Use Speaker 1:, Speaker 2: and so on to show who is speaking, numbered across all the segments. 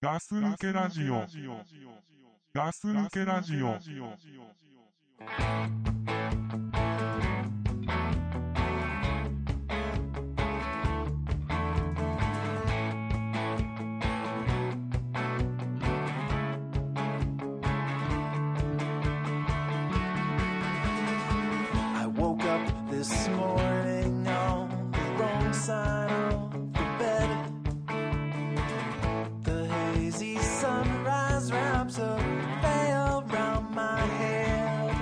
Speaker 1: ガス抜けラジオ。ガス抜けラジオ。
Speaker 2: I woke up this morning on the wrong side of the bed. The hazy sunrise wraps a veil round my head.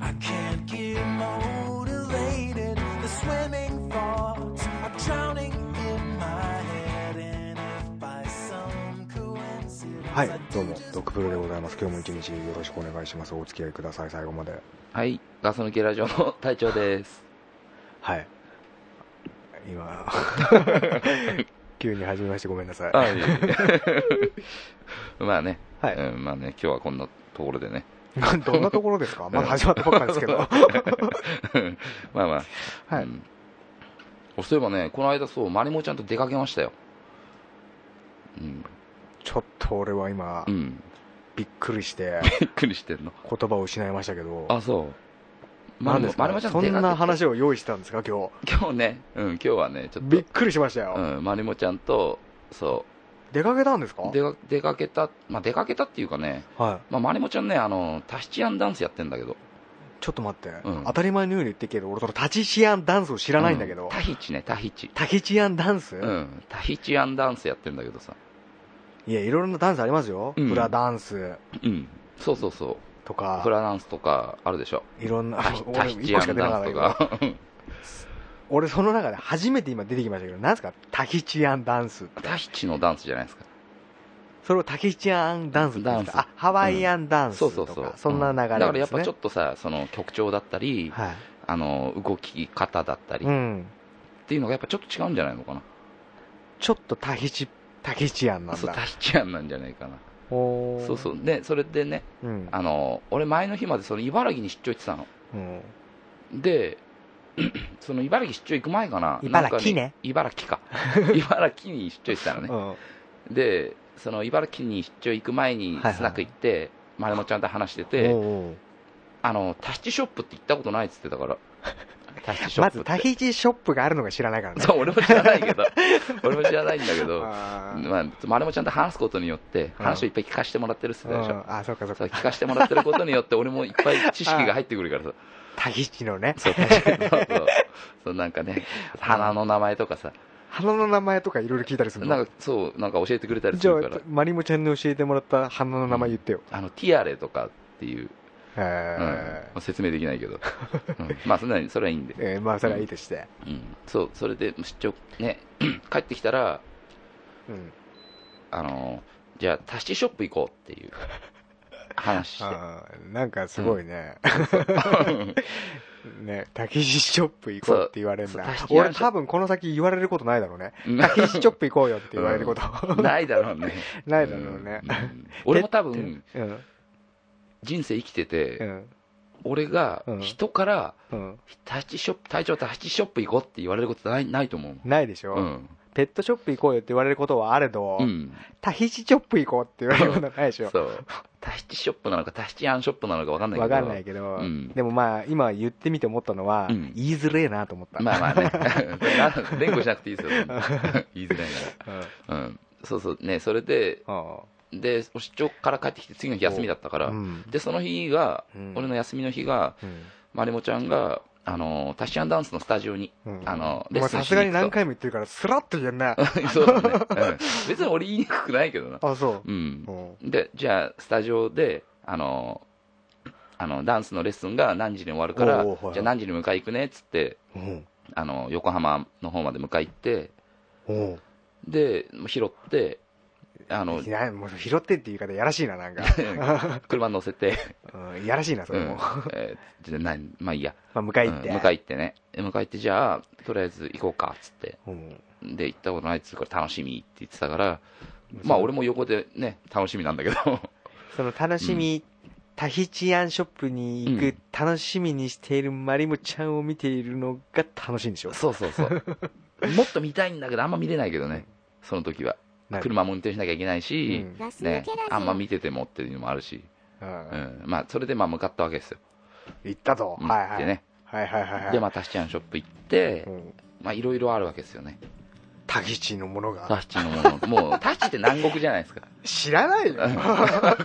Speaker 2: I can't get motivated. The swimming thoughts are drowning in my head. And if by some coincidence,
Speaker 3: はい
Speaker 2: I
Speaker 3: どうも
Speaker 2: do just
Speaker 3: ドクプロでございます今日も一日よろしくお願いしますお付き合いください最後まで
Speaker 4: はい、ガス抜けラジオの隊長です。
Speaker 3: はい今 急に始めましてごめんなさい
Speaker 4: あいえいえ まあね、
Speaker 3: はい
Speaker 4: うんまあね、今日はこんなところでね。
Speaker 3: どん なところですかまだ始まったばっかですけどは
Speaker 4: まあまあ、う
Speaker 3: い
Speaker 4: んそういえばね、この間そう、マリモちゃんと出かけましたよ。うん、
Speaker 3: ちょっと俺は今
Speaker 4: うん、
Speaker 3: びっくりして
Speaker 4: びっくりしてんの。
Speaker 3: 言葉を失いましたけど
Speaker 4: あ、そう。
Speaker 3: 何です
Speaker 4: マリモ
Speaker 3: か
Speaker 4: ちゃん
Speaker 3: そ
Speaker 4: と出
Speaker 3: んな
Speaker 4: か
Speaker 3: 話を用意してたんですか今日
Speaker 4: け今日ね、うん、今日はね、ちょっ
Speaker 3: びっ
Speaker 4: と、
Speaker 3: くりしましたよ
Speaker 4: うん、マリモちゃんと、そ
Speaker 3: 出かけたんですか
Speaker 4: う、出か出かけた、まあ出かけたっていうかね、
Speaker 3: はい
Speaker 4: まあマリモちゃんね、あの、タヒチアンダンスやってんだけど、
Speaker 3: ちょっと待って
Speaker 4: うん
Speaker 3: 当たり前のように言ってるけど俺そのタチシアンダンスを知らないんだけ
Speaker 4: う
Speaker 3: ど
Speaker 4: タヒチね、タヒチ。
Speaker 3: タヒチアンダンス
Speaker 4: うん、タヒチアンダンスやってんだけどさ、
Speaker 3: いやいろいろなダンスありますよ
Speaker 4: うん
Speaker 3: フラダンス
Speaker 4: うん、そうそうそう、
Speaker 3: とか
Speaker 4: フラダンスとかあるでしょ、
Speaker 3: いろんな
Speaker 4: タヒ、タ
Speaker 3: 俺
Speaker 4: ヒ
Speaker 3: 一
Speaker 4: チ
Speaker 3: 個
Speaker 4: ア
Speaker 3: しか
Speaker 4: ン
Speaker 3: 出なか
Speaker 4: ダ
Speaker 3: っ
Speaker 4: ン
Speaker 3: た
Speaker 4: ス
Speaker 3: け
Speaker 4: と
Speaker 3: ど、
Speaker 4: か、
Speaker 3: 俺その中で初めて今出てきましたけど、何ですかタヒチアンダンスって。
Speaker 4: タヒチのダンスじゃないですか、
Speaker 3: それをタヒチアンダンスって言うんですか
Speaker 4: ダン
Speaker 3: あ、ハワイアンダンス
Speaker 4: そうそ
Speaker 3: と
Speaker 4: うそう
Speaker 3: か、、そんな流れです
Speaker 4: う
Speaker 3: ね。
Speaker 4: んだからやっぱちょっとさ、その曲調だったり、
Speaker 3: はい。
Speaker 4: あの動き方だったり
Speaker 3: う
Speaker 4: っ
Speaker 3: ん。
Speaker 4: ていうのが、やっぱちょっと違うんじゃないのかな、
Speaker 3: ちょっとタヒチ、タヒチアンなん
Speaker 4: そうタ
Speaker 3: だ。
Speaker 4: ヒチアンなんじゃないかな、
Speaker 3: おー
Speaker 4: そうそう、でそれでね、
Speaker 3: うん。
Speaker 4: あの俺、前の日までその茨城に出張行ってたの、
Speaker 3: うん。
Speaker 4: で、 その茨城出張行く前かな、
Speaker 3: 茨城
Speaker 4: なんかに
Speaker 3: ね。
Speaker 4: 茨 城か、茨城に出張行ってたのね
Speaker 3: う。ん。
Speaker 4: でその茨城に出張行く前に
Speaker 3: はいはい
Speaker 4: スナック行って、丸山ちゃんと話してて、
Speaker 3: おー
Speaker 4: あのタヒチショップって行ったことないっつって たからタヒチショ
Speaker 3: ま
Speaker 4: ップ
Speaker 3: ず
Speaker 4: っ
Speaker 3: タ
Speaker 4: て、
Speaker 3: ヒチショップがあるのが知らないからね。
Speaker 4: そう俺も知らない けど俺も知らないんだけど、ま
Speaker 3: あ
Speaker 4: あ、
Speaker 3: ー
Speaker 4: 丸山ちゃんと話すことによって話をいっぱい聞かせてもらってるっつってたでしょ、
Speaker 3: うんあ、そっかそっ
Speaker 4: そう
Speaker 3: か。
Speaker 4: 聞かせてもらってることによって俺もいっぱい知識が入ってくるからさ
Speaker 3: タヒチのね、
Speaker 4: そうそうそうそうなんかね花の名前とかさ
Speaker 3: 花の名前とかいろいろ聞いたりする
Speaker 4: な
Speaker 3: の
Speaker 4: んかそうなんか教えてくれたりす
Speaker 3: じゃあ
Speaker 4: るから、
Speaker 3: マリモちゃんに教えてもらった花の名前言ってよ。
Speaker 4: あのティアレとかっていう
Speaker 3: え
Speaker 4: うん、説明できないけど、うんまあそんなにそれはいいんで、
Speaker 3: ーえーまあそれはいいとして、
Speaker 4: うん、そうそれで出張ね 帰ってきたら
Speaker 3: うん、
Speaker 4: あのじゃあタヒチショップ行こうっていう話して
Speaker 3: あーなんかすごいね、ねタキシショップ行こうって言われるんだ
Speaker 4: そうそう
Speaker 3: 俺多分この先言われることないだろうねタキシショップ行こうよって言われること、
Speaker 4: ないだろうね
Speaker 3: ないだろうね
Speaker 4: んん俺も多分
Speaker 3: うん
Speaker 4: 人生生きてて、
Speaker 3: うん
Speaker 4: 俺が
Speaker 3: うん
Speaker 4: 人から
Speaker 3: うん
Speaker 4: タヒチショップ隊長タヒチショップ行こうって言われることないないと思う
Speaker 3: ないでしょ、
Speaker 4: うん、
Speaker 3: ペットショップ行こうよって言われることはあれど、
Speaker 4: うん、
Speaker 3: タヒチショップ行こうって言われることはないでしょ
Speaker 4: そうタヒチショップなのかタヒチアンショップなのか分かんないけ
Speaker 3: わ
Speaker 4: ど
Speaker 3: かんないけど、
Speaker 4: うん
Speaker 3: でもまあ今言ってみて思ったのは、
Speaker 4: うん
Speaker 3: 言いづれえなと思った、
Speaker 4: まあまあ ね、 これな連呼しなくていいですよ、言いづらい
Speaker 3: うん
Speaker 4: なら、うん、そうそう、ね、それで、
Speaker 3: あ
Speaker 4: で、出張から帰ってきて、次の日休みだったか
Speaker 3: あ
Speaker 4: ら
Speaker 3: う、ん
Speaker 4: で、その日が、
Speaker 3: うん
Speaker 4: 俺の休みの日が、
Speaker 3: うん
Speaker 4: まりもちゃんが、あの、タシアンダンスのスタジオに、
Speaker 3: うん
Speaker 4: あの、
Speaker 3: お前さすがに何回も言ってるから、スラッと言えんな。
Speaker 4: 回 そうだね、うん別に俺言いにくくないけどな、
Speaker 3: あ、 そうう。
Speaker 4: ん。
Speaker 3: うん
Speaker 4: で、じゃあ、スタジオで、あの、あのダンスのレッスンが何時に終わるから、
Speaker 3: おうおうはいはい
Speaker 4: じゃあ何時に迎え行くねっつって
Speaker 3: うん。
Speaker 4: あの横浜の方まで迎え行って
Speaker 3: うん。
Speaker 4: で、拾って、あの
Speaker 3: いや、もう拾ってっていう言い方、やらしいな、なん か。
Speaker 4: 車に乗せて、
Speaker 3: うん、やらしいな、それも。
Speaker 4: うん
Speaker 3: ま
Speaker 4: えーじゃないまあいいや、
Speaker 3: あ、迎え行っ
Speaker 4: う
Speaker 3: て。
Speaker 4: ん迎え行ってね、迎え行って、じゃあ、とりあえず行こうかっつって、
Speaker 3: うん。
Speaker 4: で、行ったことないっつうから、楽しみって言ってたから、まあ、俺も横でね、楽しみなんだけど、
Speaker 3: その楽しみ、タヒチアンショップに行
Speaker 4: う
Speaker 3: く
Speaker 4: ん、
Speaker 3: 楽しみにしているマリモちゃんを見ているのが楽しいんでしょ。
Speaker 4: そうそうそう、もっと見たいんだけど、あんま見れないけどね、その時は。
Speaker 3: はい
Speaker 4: 車も運転しなきゃいけないし、
Speaker 3: うん
Speaker 5: ガス抜
Speaker 4: ね
Speaker 5: けラジ、オ
Speaker 4: あんま見ててもっていうのもあるし、
Speaker 3: う
Speaker 4: うんんまあ、それでまあ向かったわけですよ、
Speaker 3: 行ったと、
Speaker 4: うん
Speaker 3: はいは
Speaker 4: 行っ
Speaker 3: い
Speaker 4: てね、
Speaker 3: はいはいはいはい
Speaker 4: で、まあ、タシチアンショップ行って
Speaker 3: う、ん、
Speaker 4: まあ、いろいろあるわけですよね、
Speaker 3: タヒチのものが
Speaker 4: タシチのもの、もう、タシチって南国じゃないですか、
Speaker 3: 知らないよ さ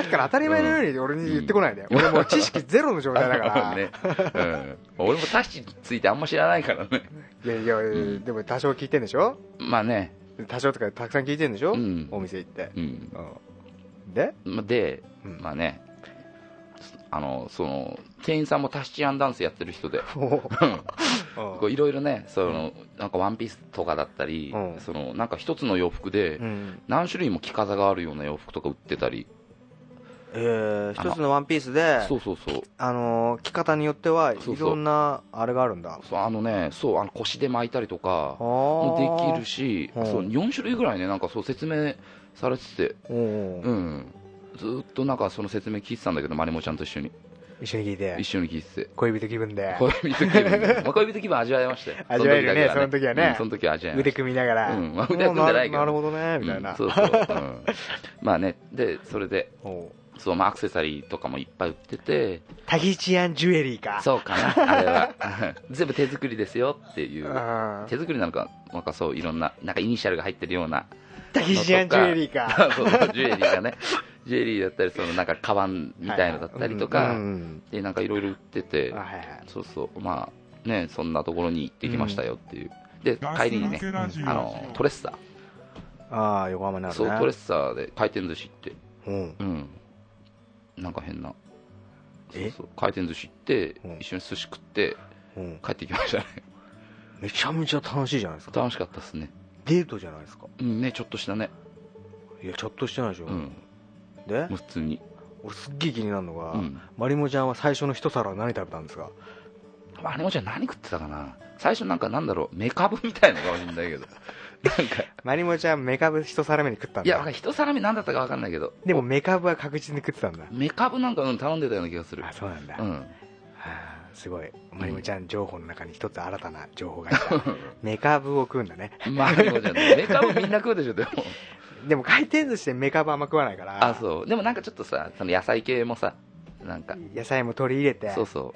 Speaker 3: っきから当たり前のように俺に言ってこないで、
Speaker 4: うん
Speaker 3: 俺もう知識ゼロの状 態だから、
Speaker 4: ねうん、俺もタシチについてあんま知らないからね、
Speaker 3: いやいや、
Speaker 4: ん
Speaker 3: でも多少聞いてんでしょ
Speaker 4: まあね、
Speaker 3: 多少とかたくさん聞いてんでしょ、
Speaker 4: うん
Speaker 3: お店行って、
Speaker 4: うん
Speaker 3: うん、で、
Speaker 4: まあで、
Speaker 3: うん
Speaker 4: まあね、あのその店員さんもタシチアンダンスやってる人で、
Speaker 3: もう
Speaker 4: こういろいろねその、なんかワンピースとかだったり、
Speaker 3: うん
Speaker 4: そのなんか一つの洋服で、
Speaker 3: うん
Speaker 4: 何種類も着方があるような洋服とか売ってたり、
Speaker 3: えー、
Speaker 4: あの
Speaker 3: 一つのワンピースで
Speaker 4: そうそうそう、
Speaker 3: あのー着方によっては
Speaker 4: そうそう
Speaker 3: いろんなあれがあるんだ
Speaker 4: そうあのね、そうあの腰で巻いたりとかも
Speaker 3: も
Speaker 4: できるし、
Speaker 3: うん
Speaker 4: そう4種類ぐらいね、なんかそう説明されてて、
Speaker 3: うんう、
Speaker 4: うんん、ずーっとなんかその説明聞いてたんだけど、まりもちゃんと一緒に、
Speaker 3: 一緒に聞いて
Speaker 4: 一緒に聞いてて。
Speaker 3: 恋人気分で
Speaker 4: 恋人 気分、まあ、恋人気分味わえましたよ。
Speaker 3: 味わえるね
Speaker 4: そ
Speaker 3: そ
Speaker 4: の
Speaker 3: の
Speaker 4: 時はねうんその時は味わえま
Speaker 3: 腕
Speaker 4: した。
Speaker 3: 組みながら、
Speaker 4: うんまあ腕は組んでないけど
Speaker 3: おなるほどねみたいな、
Speaker 4: うんそうそう、うんまあね、で、それで、
Speaker 3: おう
Speaker 4: そう、まあ、アクセサリーとかもいっぱい売ってて、
Speaker 3: タヒチアンジュエリーか
Speaker 4: そうかな、あ れは。全部手作りですよっていうう。
Speaker 3: ん
Speaker 4: 手作りなのか、なんかそう、いろんな、なんかイニシャルが入ってるような。
Speaker 3: タヒチアンジュエリーか
Speaker 4: そうそうジュエリーがね。ジュエリーだったり、そのなんか、カバンみたいのだったりと
Speaker 3: はいは
Speaker 4: か
Speaker 3: いうん、うん
Speaker 4: で、なんかいろいろ売って
Speaker 3: う
Speaker 4: て
Speaker 3: んあ、はいはい
Speaker 4: そうそう、まあ、ね、そんなところに行ってきましたよっていう。で、帰りにね、
Speaker 1: あ
Speaker 4: あの、トレッサー。
Speaker 3: ああ横浜にあるね
Speaker 4: そう、トレッサーで回転寿司行って、
Speaker 3: うん
Speaker 4: うん。なんか変な。そ
Speaker 3: え
Speaker 4: うそう回転寿司行って
Speaker 3: うん、
Speaker 4: 一緒に寿司食って、
Speaker 3: うん
Speaker 4: 帰ってきましたね。
Speaker 3: めちゃめちゃ楽しいじゃないですか
Speaker 4: 楽しかったですね。
Speaker 3: デートじゃないですか
Speaker 4: うんね、ちょっとしたね。
Speaker 3: いやちょっとしてないでしょ、
Speaker 4: うん。
Speaker 3: で
Speaker 4: もう普通に。
Speaker 3: 俺すっげえ気になるのが、
Speaker 4: うん。
Speaker 3: まりもちゃんは最初の一皿は何食べたんですか
Speaker 4: あれもじゃあ何食ってたかな最初なんかなんだろう、メカブみたいなのかもしれないけ ど。なんか、
Speaker 3: まりもちゃんメカブ一皿目に食ったん
Speaker 4: い
Speaker 3: だ
Speaker 4: や、なんか一皿目何だったかわかんないけど、
Speaker 3: でもメカブは確実に食ってたんだ
Speaker 4: メカブなんかうん頼んでたような気がする
Speaker 3: あ。そうなんだ、
Speaker 4: う
Speaker 3: は
Speaker 4: ん。
Speaker 3: あすごいまりもちゃん情報の中に一つ新たな情報が来 たメカブを食うんだね
Speaker 4: まあ、でもじゃあねメカブみんな食うでしょ、でも。
Speaker 3: でも回転寿司でメカブあんま食わないから
Speaker 4: あ、そう。でもなんかちょっとさ、その野菜系もさ、なんか、
Speaker 3: 野菜も取り入れて
Speaker 4: そう
Speaker 3: そ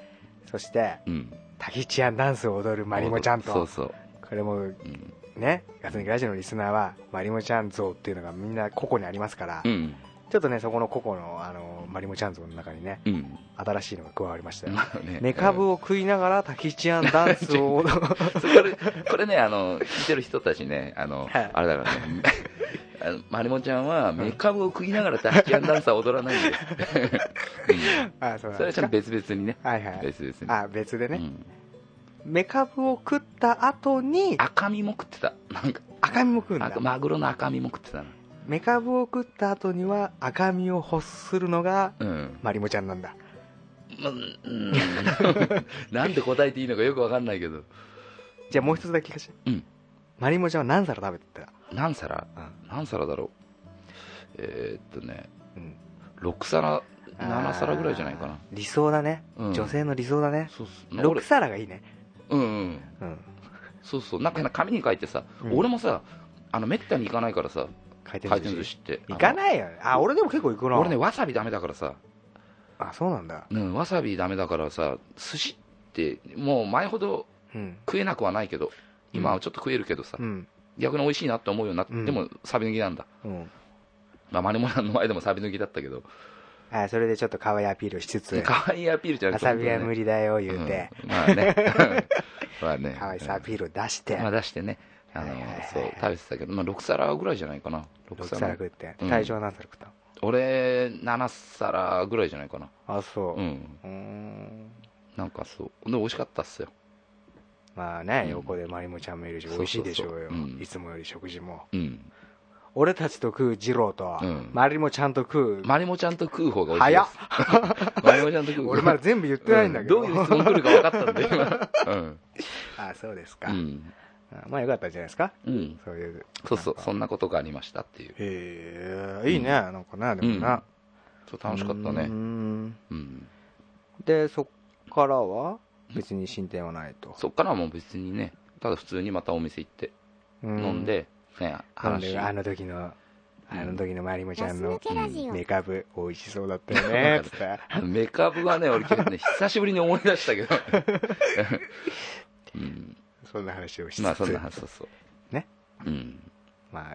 Speaker 4: そ
Speaker 3: して
Speaker 4: う。うん。
Speaker 3: タヒチアンダンスを踊るまりもちゃんと
Speaker 4: そうそう。
Speaker 3: これも
Speaker 4: うん。
Speaker 3: ねガス抜きラジオのリスナーはまりもちゃん像っていうのがみんな個々にありますから、
Speaker 4: うん。
Speaker 3: ちょっとねそこの個々のあのまりもちゃん像の中にね
Speaker 4: うん。
Speaker 3: 新しいのが加わりましたよ
Speaker 4: まあね
Speaker 3: メカブを食いながらタヒチアンダンスを踊 る
Speaker 4: そうこれ、これね、あの、聞いてる人たちね、あの、
Speaker 3: はい
Speaker 4: あれだからね、 あのマリモちゃんはメカブを食いながらタヒチアンダンサー踊らないんです。
Speaker 3: あそうなんですか
Speaker 4: うんそれはちょっと別々にね。
Speaker 3: はいはい
Speaker 4: 別々に。
Speaker 3: あ別で
Speaker 4: う
Speaker 3: ね、
Speaker 4: ん
Speaker 3: メカブを食った後に
Speaker 4: 赤身も食ってた。なんか、
Speaker 3: 赤身も食うんだ
Speaker 4: 赤マグロの赤身も食ってたな。
Speaker 3: メカブを食った後には赤身を欲するのが
Speaker 4: うん。
Speaker 3: マリモちゃんなんだ
Speaker 4: まうん、なんで答えていいのかよくわかんないけど。
Speaker 3: じゃあもう一つだけ聞かせて、
Speaker 4: うん
Speaker 3: マリモちゃんは何皿食べてた、
Speaker 4: 何皿
Speaker 3: う
Speaker 4: 何皿だろうえーっとね、
Speaker 3: うん
Speaker 4: 6皿、7皿ぐらいじゃないかな。
Speaker 3: 理想だね、
Speaker 4: うん
Speaker 3: 女性の理想だね
Speaker 4: そうっす
Speaker 3: 6皿がいいね
Speaker 4: 俺うんうん。
Speaker 3: うん
Speaker 4: そうそうなんか変な紙に書いてさ、
Speaker 3: うん
Speaker 4: 俺もさあのめったに行かないからさ
Speaker 3: 回転
Speaker 4: 回
Speaker 3: 寿
Speaker 4: 転
Speaker 3: 司
Speaker 4: 寿司って
Speaker 3: 行か
Speaker 4: い
Speaker 3: ないよねあ俺でも結構行くな
Speaker 4: 俺ねわさびダメだからさ、
Speaker 3: あそうなんだ
Speaker 4: うん、わさびダメだからさ寿司ってもう前ほど
Speaker 3: うん
Speaker 4: 食えなくはないけど今はちょっと食えるけどさ、
Speaker 3: うん
Speaker 4: 逆に美味しいなって思うようになって、
Speaker 3: うん
Speaker 4: でもサビ抜きなんだ
Speaker 3: うん
Speaker 4: まあマネモラの前でもサビ抜きだったけど
Speaker 3: あそれでちょっと可愛いアピールをしつつ
Speaker 4: 可愛いアピールじゃな
Speaker 3: わ
Speaker 4: くて
Speaker 3: さびは無理だよ言うて、、
Speaker 4: 本当 にねうんまあねまあね
Speaker 3: 可愛さアピールを出して、
Speaker 4: まあ出してねあの、
Speaker 3: はいはいはいはい
Speaker 4: そう食べてたけど、まあ、6皿ぐらいじゃないかな
Speaker 3: 6
Speaker 4: 6
Speaker 3: 皿
Speaker 4: 皿
Speaker 3: 食って、
Speaker 4: うん
Speaker 3: 体重は何皿食ったの
Speaker 4: 俺7皿ぐらいじゃないかな
Speaker 3: あそううんーん
Speaker 4: なんかそうで美味しかったっすよ
Speaker 3: まあね、
Speaker 4: うん
Speaker 3: 横でまりもちゃんもいるし
Speaker 4: そう
Speaker 3: 美
Speaker 4: そ
Speaker 3: 味し
Speaker 4: うそう
Speaker 3: いでしょうよ
Speaker 4: うん
Speaker 3: いつもより食事も
Speaker 4: うん
Speaker 3: 俺たちと食う二郎と、
Speaker 4: うん
Speaker 3: まりもちゃんと食う、
Speaker 4: マリモちゃんと食う方が美味しいですマリモちゃんと食う方が
Speaker 3: 俺まだ全部言ってないんだけど、
Speaker 4: うどういう質問来るか分かったんで今うん
Speaker 3: あそうです
Speaker 4: う
Speaker 3: か、
Speaker 4: ん、
Speaker 3: あまあよかったんじゃないですか
Speaker 4: うん、
Speaker 3: そういう
Speaker 4: そうそうそんなことがありましたっていう
Speaker 3: へえいいね、なんかねでもな、
Speaker 4: そう楽しかった
Speaker 3: うー
Speaker 4: ね
Speaker 3: ん
Speaker 4: うん
Speaker 3: でそっからは別に進展はないと、
Speaker 4: そっからはもう別にねただ普通にまたお店行って
Speaker 3: う
Speaker 4: 飲んでね、
Speaker 3: 飲ん
Speaker 4: 話
Speaker 3: であの時の、あの時のまりもちゃん
Speaker 5: ガ
Speaker 3: の
Speaker 5: ス抜けラジオ
Speaker 3: メカブ美味しそうだ ったよね、つって。
Speaker 4: メカブはね、俺、昨日ね、久しぶりに思い出したけど、 うん、
Speaker 3: そんな話をしつつ、
Speaker 4: まあ、そんな
Speaker 3: まあ、
Speaker 4: 話、そうそう。
Speaker 3: ね。
Speaker 4: うん。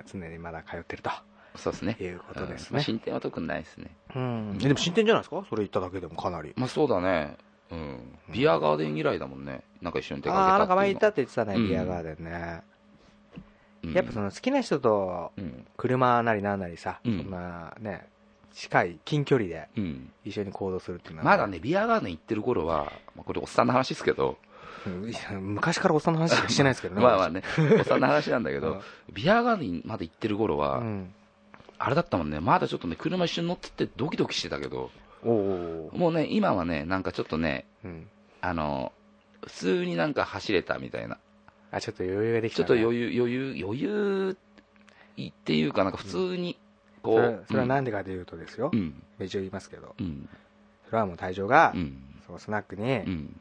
Speaker 3: 常にまだ通ってると。
Speaker 4: そうですね。
Speaker 3: いうことですね
Speaker 4: うんまあ進展は特にないですね。
Speaker 3: うん。でも進展じゃないですかそれ言っただけでもかなり。
Speaker 4: まあ、そうだね。うん。ビアガーデン以来だもんね。なんか一緒に出かけた
Speaker 3: ああ、なんか前
Speaker 4: い
Speaker 3: 行ったって言ってたね、
Speaker 4: うん
Speaker 3: ビアガーデンね。
Speaker 4: うん
Speaker 3: やっぱその好きな人と
Speaker 4: うん。
Speaker 3: 車なりなんなりさ、
Speaker 4: うん
Speaker 3: そんなね、近い、近距離で
Speaker 4: うん。
Speaker 3: 一緒に行動するっていうのは、
Speaker 4: まだね、ビアガーデン行ってる頃は、まあ、これおっさんの話ですけど、
Speaker 3: うん、いや昔からおっさんの話しかして ないですけどね。
Speaker 4: まあまあね、おっさんの話なんだ け
Speaker 3: うん
Speaker 4: ど、ビアガーデンまで行ってる頃は、
Speaker 3: 私うん。
Speaker 4: あれだったもんね、まだちょっとね、車一緒に乗っててドキドキしてたけど、
Speaker 3: おお。
Speaker 4: もうね、今はね、なんかちょっとね、
Speaker 3: うん。
Speaker 4: あの、普通になんか走れたみたいな。
Speaker 3: あ、ちょっと余裕ができ
Speaker 4: ち
Speaker 3: た
Speaker 4: ょ
Speaker 3: ね、
Speaker 4: っと余裕、余裕、余裕っていうかなんか普通に、こ、
Speaker 3: そうれはそれは
Speaker 4: うん
Speaker 3: 何でかというとですよ、
Speaker 4: うん、
Speaker 3: 一応言いますけど、
Speaker 4: うん、
Speaker 3: それはもう隊長が、
Speaker 4: うん、
Speaker 3: そのスナック
Speaker 4: う
Speaker 3: に
Speaker 4: ん。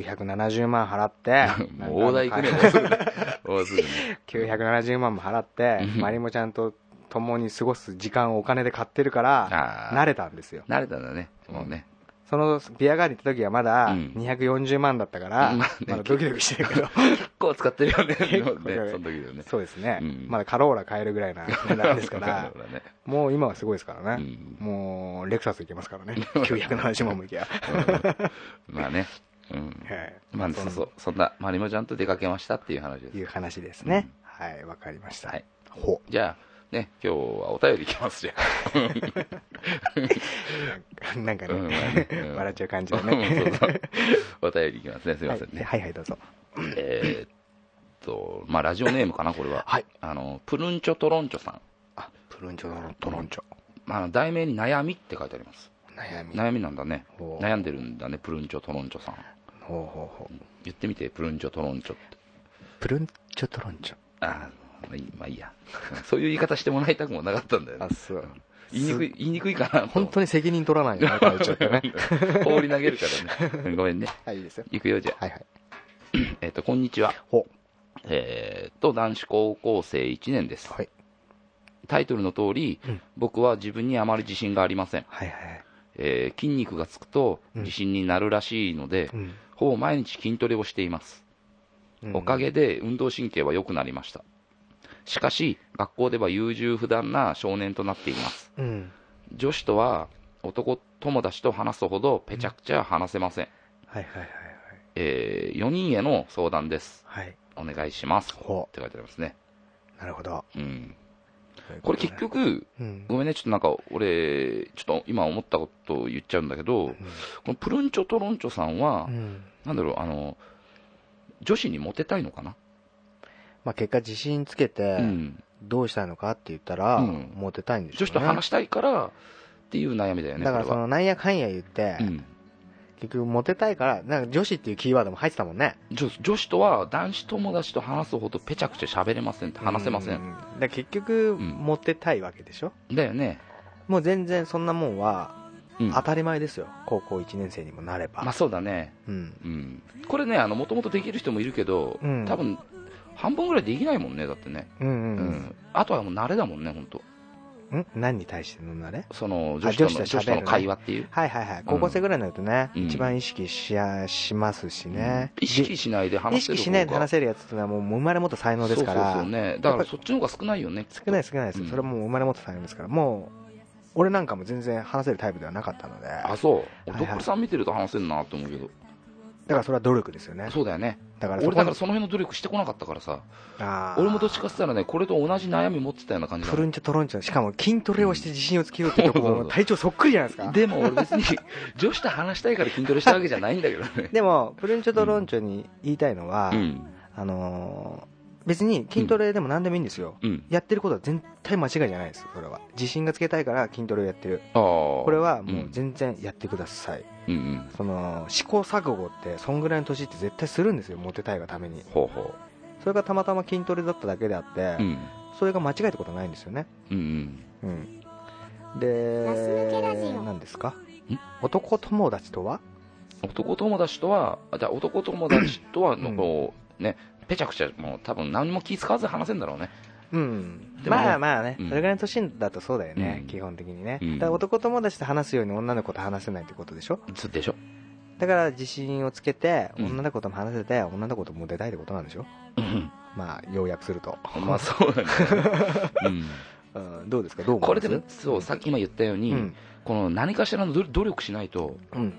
Speaker 3: 970万払って、
Speaker 4: もう大台行くね、もうすぐね。 もうすぐね。
Speaker 3: 970万も払って
Speaker 4: う、ん
Speaker 3: マリモちゃんと共に過ごす時間をお金で買ってるから、
Speaker 4: ああ、
Speaker 3: 慣れたんですよ。
Speaker 4: 慣れたんだね、もうね。
Speaker 3: そのビアガーデン行った時はまだ
Speaker 4: うん
Speaker 3: 240万だったから、
Speaker 4: うん
Speaker 3: ま
Speaker 4: まあね
Speaker 3: だドキドキしてる けど、
Speaker 4: 結構使ってるよね、
Speaker 3: 結構
Speaker 4: ねその時だよね。
Speaker 3: そうですね
Speaker 4: うん、
Speaker 3: まだカローラ買えるぐらいな値段 ですか
Speaker 4: だ
Speaker 3: ら
Speaker 4: か、らね。
Speaker 3: もう今はすごいですから
Speaker 4: う
Speaker 3: ね。
Speaker 4: ん
Speaker 3: もう、レクサス行けますから ね。970万も行けば。
Speaker 4: まあね。うん。
Speaker 3: はい
Speaker 4: まあ、
Speaker 3: そ
Speaker 4: そ
Speaker 3: ん
Speaker 4: うそう。そんな、まりもちゃんと出かけましたっていう話です
Speaker 3: い。う話ですね。はい、わかりました。
Speaker 4: はい
Speaker 3: ほ
Speaker 4: じゃあ、ね、今日はお便りいきますじゃあ。
Speaker 3: う。 なんかね、
Speaker 4: うんまあねうん
Speaker 3: 笑っちゃう感じだ
Speaker 4: うん
Speaker 3: ね。
Speaker 4: そうそうお便りいきますね、すみ
Speaker 3: は
Speaker 4: ま
Speaker 3: い
Speaker 4: せんね。
Speaker 3: はいはい、どうぞ。
Speaker 4: えーっと、まあ、ラジオネームかな、これは。
Speaker 3: はい
Speaker 4: あの、プルンチョトロンチョさん。
Speaker 3: あ、プルンチョトロンチョ。
Speaker 4: まああの、題名に悩みって書いてあります。
Speaker 3: 悩み。
Speaker 4: 悩みなんだね。
Speaker 3: ほう
Speaker 4: 悩んでるんだね、プルンチョトロンチョさん。
Speaker 3: ほうほうほう。
Speaker 4: 言ってみて、プルンチョトロンチョって。
Speaker 3: プルンチョトロンチョ。
Speaker 4: あーまあいい、まあいいや。 そういう言い方してもらいたくもなかったんだよね
Speaker 3: あ、。そう。
Speaker 4: 言いにくい、言いにくいかな。
Speaker 3: 本当に責任取らないよね、隊長ってね。
Speaker 4: 放り投げるからね。 ごめんね。
Speaker 3: はい、いいですよ。
Speaker 4: 行くよ、 じゃあ。
Speaker 3: はいはい。
Speaker 4: えっ、と、こんにちは。
Speaker 3: ほ
Speaker 4: えっ、と、男子高校生1年です。
Speaker 3: はい。
Speaker 4: タイトルの通り、
Speaker 3: うん
Speaker 4: 僕は自分にあまり自信がありません。
Speaker 3: はいはい。
Speaker 4: えー筋肉がつくと
Speaker 3: うん
Speaker 4: 自信になるらしいので、
Speaker 3: うん
Speaker 4: ほぼ毎日筋トレをしています。
Speaker 3: うん
Speaker 4: おかげで運動神経は良くなりました。しかし、学校では優柔不断な少年となっています。
Speaker 3: うん。
Speaker 4: 女子とは男友達と話すほどペチャクチャ話せません。
Speaker 3: はいはいはい
Speaker 4: え4人への相談です。
Speaker 3: はい。はい。
Speaker 4: お願いします。っ
Speaker 3: ほ
Speaker 4: て書いてありますね。
Speaker 3: う。なるほど。
Speaker 4: うん。これ結、局、
Speaker 3: うん。
Speaker 4: ごめんね、ちょっとなんか俺、ちょっと今思ったことを言っちゃうんだけど、このプルンチョトロンチョさんは
Speaker 3: う、ん。
Speaker 4: なんだろう、あの、女子にモテたいのかな
Speaker 3: まあ結果自信つけて
Speaker 4: う、ん。
Speaker 3: どうしたいのかって言ったら、
Speaker 4: うん
Speaker 3: モテたいんでしょう
Speaker 4: 女
Speaker 3: ね。
Speaker 4: 子と話したいからっていう悩みだよね、
Speaker 3: だから
Speaker 4: こ
Speaker 3: そ
Speaker 4: れは。
Speaker 3: のなんやかんや言って、
Speaker 4: うん
Speaker 3: 結局モテたいから、なんか女子っていうキーワードも入ってたもんね。
Speaker 4: 女女子とは男子友達と話すほどペチャクチャ喋れませんって話せませ。
Speaker 3: うんだから結局、
Speaker 4: ん
Speaker 3: モテたいわけでしょ
Speaker 4: だよね。
Speaker 3: もう全然そんなもんは
Speaker 4: うん
Speaker 3: 当たり前ですよ。高校1年生にもなれば。
Speaker 4: まあそうだね。
Speaker 3: うん。
Speaker 4: うん。これね、あの、もともとできる人もいるけど、
Speaker 3: うん
Speaker 4: 多分、半分ぐらいできないもんね、だってね。
Speaker 3: うん
Speaker 4: う
Speaker 3: うん
Speaker 4: ん。あとはもう慣れだもんね、本
Speaker 3: う
Speaker 4: 当
Speaker 3: ん。ん何に対してのなれ
Speaker 4: その、
Speaker 3: あ
Speaker 4: 女子との、
Speaker 3: 女
Speaker 4: 女
Speaker 3: 子と喋るね
Speaker 4: 子との会話っていう。
Speaker 3: はいはいはい。高校生ぐらいになるとね、
Speaker 4: うん
Speaker 3: 一番意識しや、しますしね。
Speaker 4: 意識しないで
Speaker 3: 意
Speaker 4: 話せる
Speaker 3: 識しないで話
Speaker 4: せ
Speaker 3: せるやつってのはもう生まれ持った才能ですから。
Speaker 4: そうそうそうね。だからそっちの方が少ないよね、きっと
Speaker 3: 少ない少ないです、
Speaker 4: うん
Speaker 3: それはもう生まれ持った才能ですからもう俺なんかも全然話せるタイプではなかったのでだ
Speaker 4: あ
Speaker 3: か
Speaker 4: そう
Speaker 3: はい
Speaker 4: 男さん見てると話せるなと思うけど、
Speaker 3: らそれは努力ですよね
Speaker 4: そうだよね
Speaker 3: だから
Speaker 4: 俺
Speaker 3: そ
Speaker 4: だ
Speaker 3: こ
Speaker 4: からその辺の努力してこなかったからさ俺もどっちかっつったらねこれと同じ悩み持ってたような感じ
Speaker 3: プル
Speaker 4: だ
Speaker 3: ンチョトロンチョしかも筋トレをして自信をつけようってとこ
Speaker 4: う
Speaker 3: も
Speaker 4: ん
Speaker 3: 体調そっくりじゃないですかで
Speaker 4: でも俺別に 女子と話したいから筋トレしたわけじゃないんだけどね
Speaker 3: もプルンチョトロンチョに言いたいのは、
Speaker 4: うん
Speaker 3: あのー別に筋トレでも何でもいいんですよ、
Speaker 4: うん
Speaker 3: やってることは絶対間違いじゃないですそれは自信がつけたいから筋トレをやってる
Speaker 4: ああ
Speaker 3: こ
Speaker 4: こ
Speaker 3: れはもう全然やってください、
Speaker 4: うんうん
Speaker 3: その試行錯誤ってそんぐらいの年って絶対するんですよモテたいがために
Speaker 4: ほうほ
Speaker 3: それがたまたま筋トレだっただけであって、
Speaker 4: ううん
Speaker 3: それが間違いってことはないんですよね、
Speaker 4: うんうん
Speaker 3: うん、
Speaker 5: ガス抜けラジ
Speaker 3: で
Speaker 5: オ
Speaker 3: 何ですか男友達とは
Speaker 4: 男友達とはあじゃあ男友達とは
Speaker 3: う
Speaker 4: の
Speaker 3: ん
Speaker 4: こうねぺちゃくちゃもう多分何も気使わず話せんだろうね
Speaker 3: うん
Speaker 4: でも
Speaker 3: まあまあね、
Speaker 4: うん
Speaker 3: それぐらいの年だとそうだよね、
Speaker 4: うん
Speaker 3: 基本的にね、
Speaker 4: うん
Speaker 3: だから男友達と話すように女の子と話せないってことでしょ
Speaker 4: つでしょ
Speaker 3: だから自信をつけて
Speaker 4: うん
Speaker 3: 女の子とも話せて、女の子とも出たいってことなんでしょ まあ要約すると、
Speaker 4: まあそう なんだよね、うん
Speaker 3: うん、どうですかどう思います
Speaker 4: これでもそうさっき今言ったよう
Speaker 3: う
Speaker 4: に、
Speaker 3: ん、
Speaker 4: この何かしらの努努力しないと
Speaker 3: うん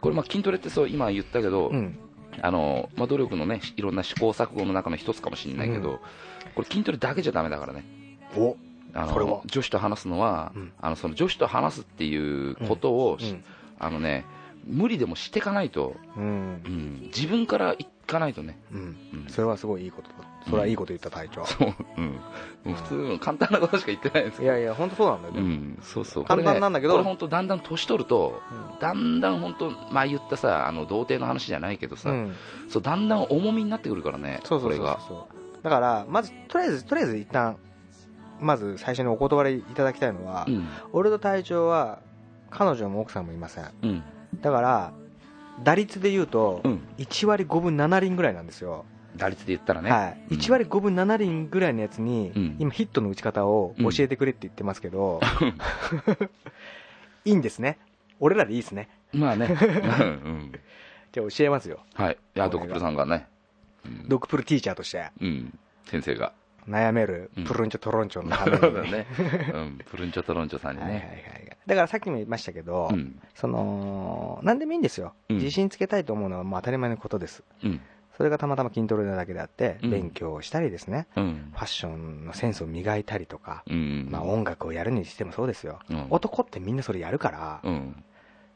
Speaker 4: これまあ筋トレってそう今言ったけど、
Speaker 3: うん、
Speaker 4: あのまあ、努力のねいろんな試行錯誤の中の一つかもしれないけど、
Speaker 3: う
Speaker 4: これ筋トレだけじゃダメだからね
Speaker 3: お
Speaker 4: あ
Speaker 3: これは
Speaker 4: の女子と話すのは、
Speaker 3: うん
Speaker 4: あのその女子と話すっていうことを、
Speaker 3: う
Speaker 4: し
Speaker 3: ん
Speaker 4: あのね無理でもしていかないと、
Speaker 3: うん
Speaker 4: うん自分からいかないとね、
Speaker 3: うん
Speaker 4: うん
Speaker 3: それはすごいいいことだそれはいいこと言った隊長、
Speaker 4: そううんもう普通の簡単なことしか言ってないです
Speaker 3: いやいや本当そうなんだよ
Speaker 4: う
Speaker 3: ね、
Speaker 4: ん、そうそう
Speaker 3: 簡単なんだけど
Speaker 4: これ本当だんだん年取るとだんだん本当前言ったさあの童貞の話じゃないけどさ、
Speaker 3: うんうん
Speaker 4: そうだんだん重みになってくるからね
Speaker 3: そうそうそう
Speaker 4: これが
Speaker 3: そうだからまずとりあえずとりあえず一旦まず最初にお断りいただきたいのは、
Speaker 4: うん
Speaker 3: 俺と隊長は彼女も奥さんもいません
Speaker 4: うん
Speaker 3: だから打率で言うと
Speaker 4: うん
Speaker 3: 1割5分7厘ぐらいなんですよ、
Speaker 4: 打率で言ったらね、
Speaker 3: はい、
Speaker 4: うん
Speaker 3: 1割5分7厘ぐらいのやつに、
Speaker 4: うん
Speaker 3: 今ヒットの打ち方を教えてくれって言ってますけ ど、いいんですね俺らでいいですね
Speaker 4: ま あね、うん
Speaker 3: じゃあ教えますよ
Speaker 4: うん、はいいやドクプルさんがね、うん
Speaker 3: ドッグプルティーチャーとして
Speaker 4: うん、先生が
Speaker 3: 悩める
Speaker 4: うん
Speaker 3: プルンチョトロンチョのため
Speaker 4: そうだ
Speaker 3: に、
Speaker 4: ね、 うん、プルンチョトロンチョさんに
Speaker 3: はいはいは
Speaker 4: ね、
Speaker 3: いだからさっきも言いましたけど、
Speaker 4: うん
Speaker 3: その何でもいいんですよ、
Speaker 4: うん
Speaker 3: 自信つけたいと思うのはまあ当たり前のことです
Speaker 4: うん
Speaker 3: それがたまたま筋トレなだけであって、
Speaker 4: うん
Speaker 3: 勉強をしたりですね
Speaker 4: うん
Speaker 3: ファッションのセンスを磨いたりとか、
Speaker 4: うん
Speaker 3: まあ、音楽をやるにしてもそうですよ、
Speaker 4: うん
Speaker 3: 男ってみんなそれやるから、
Speaker 4: うん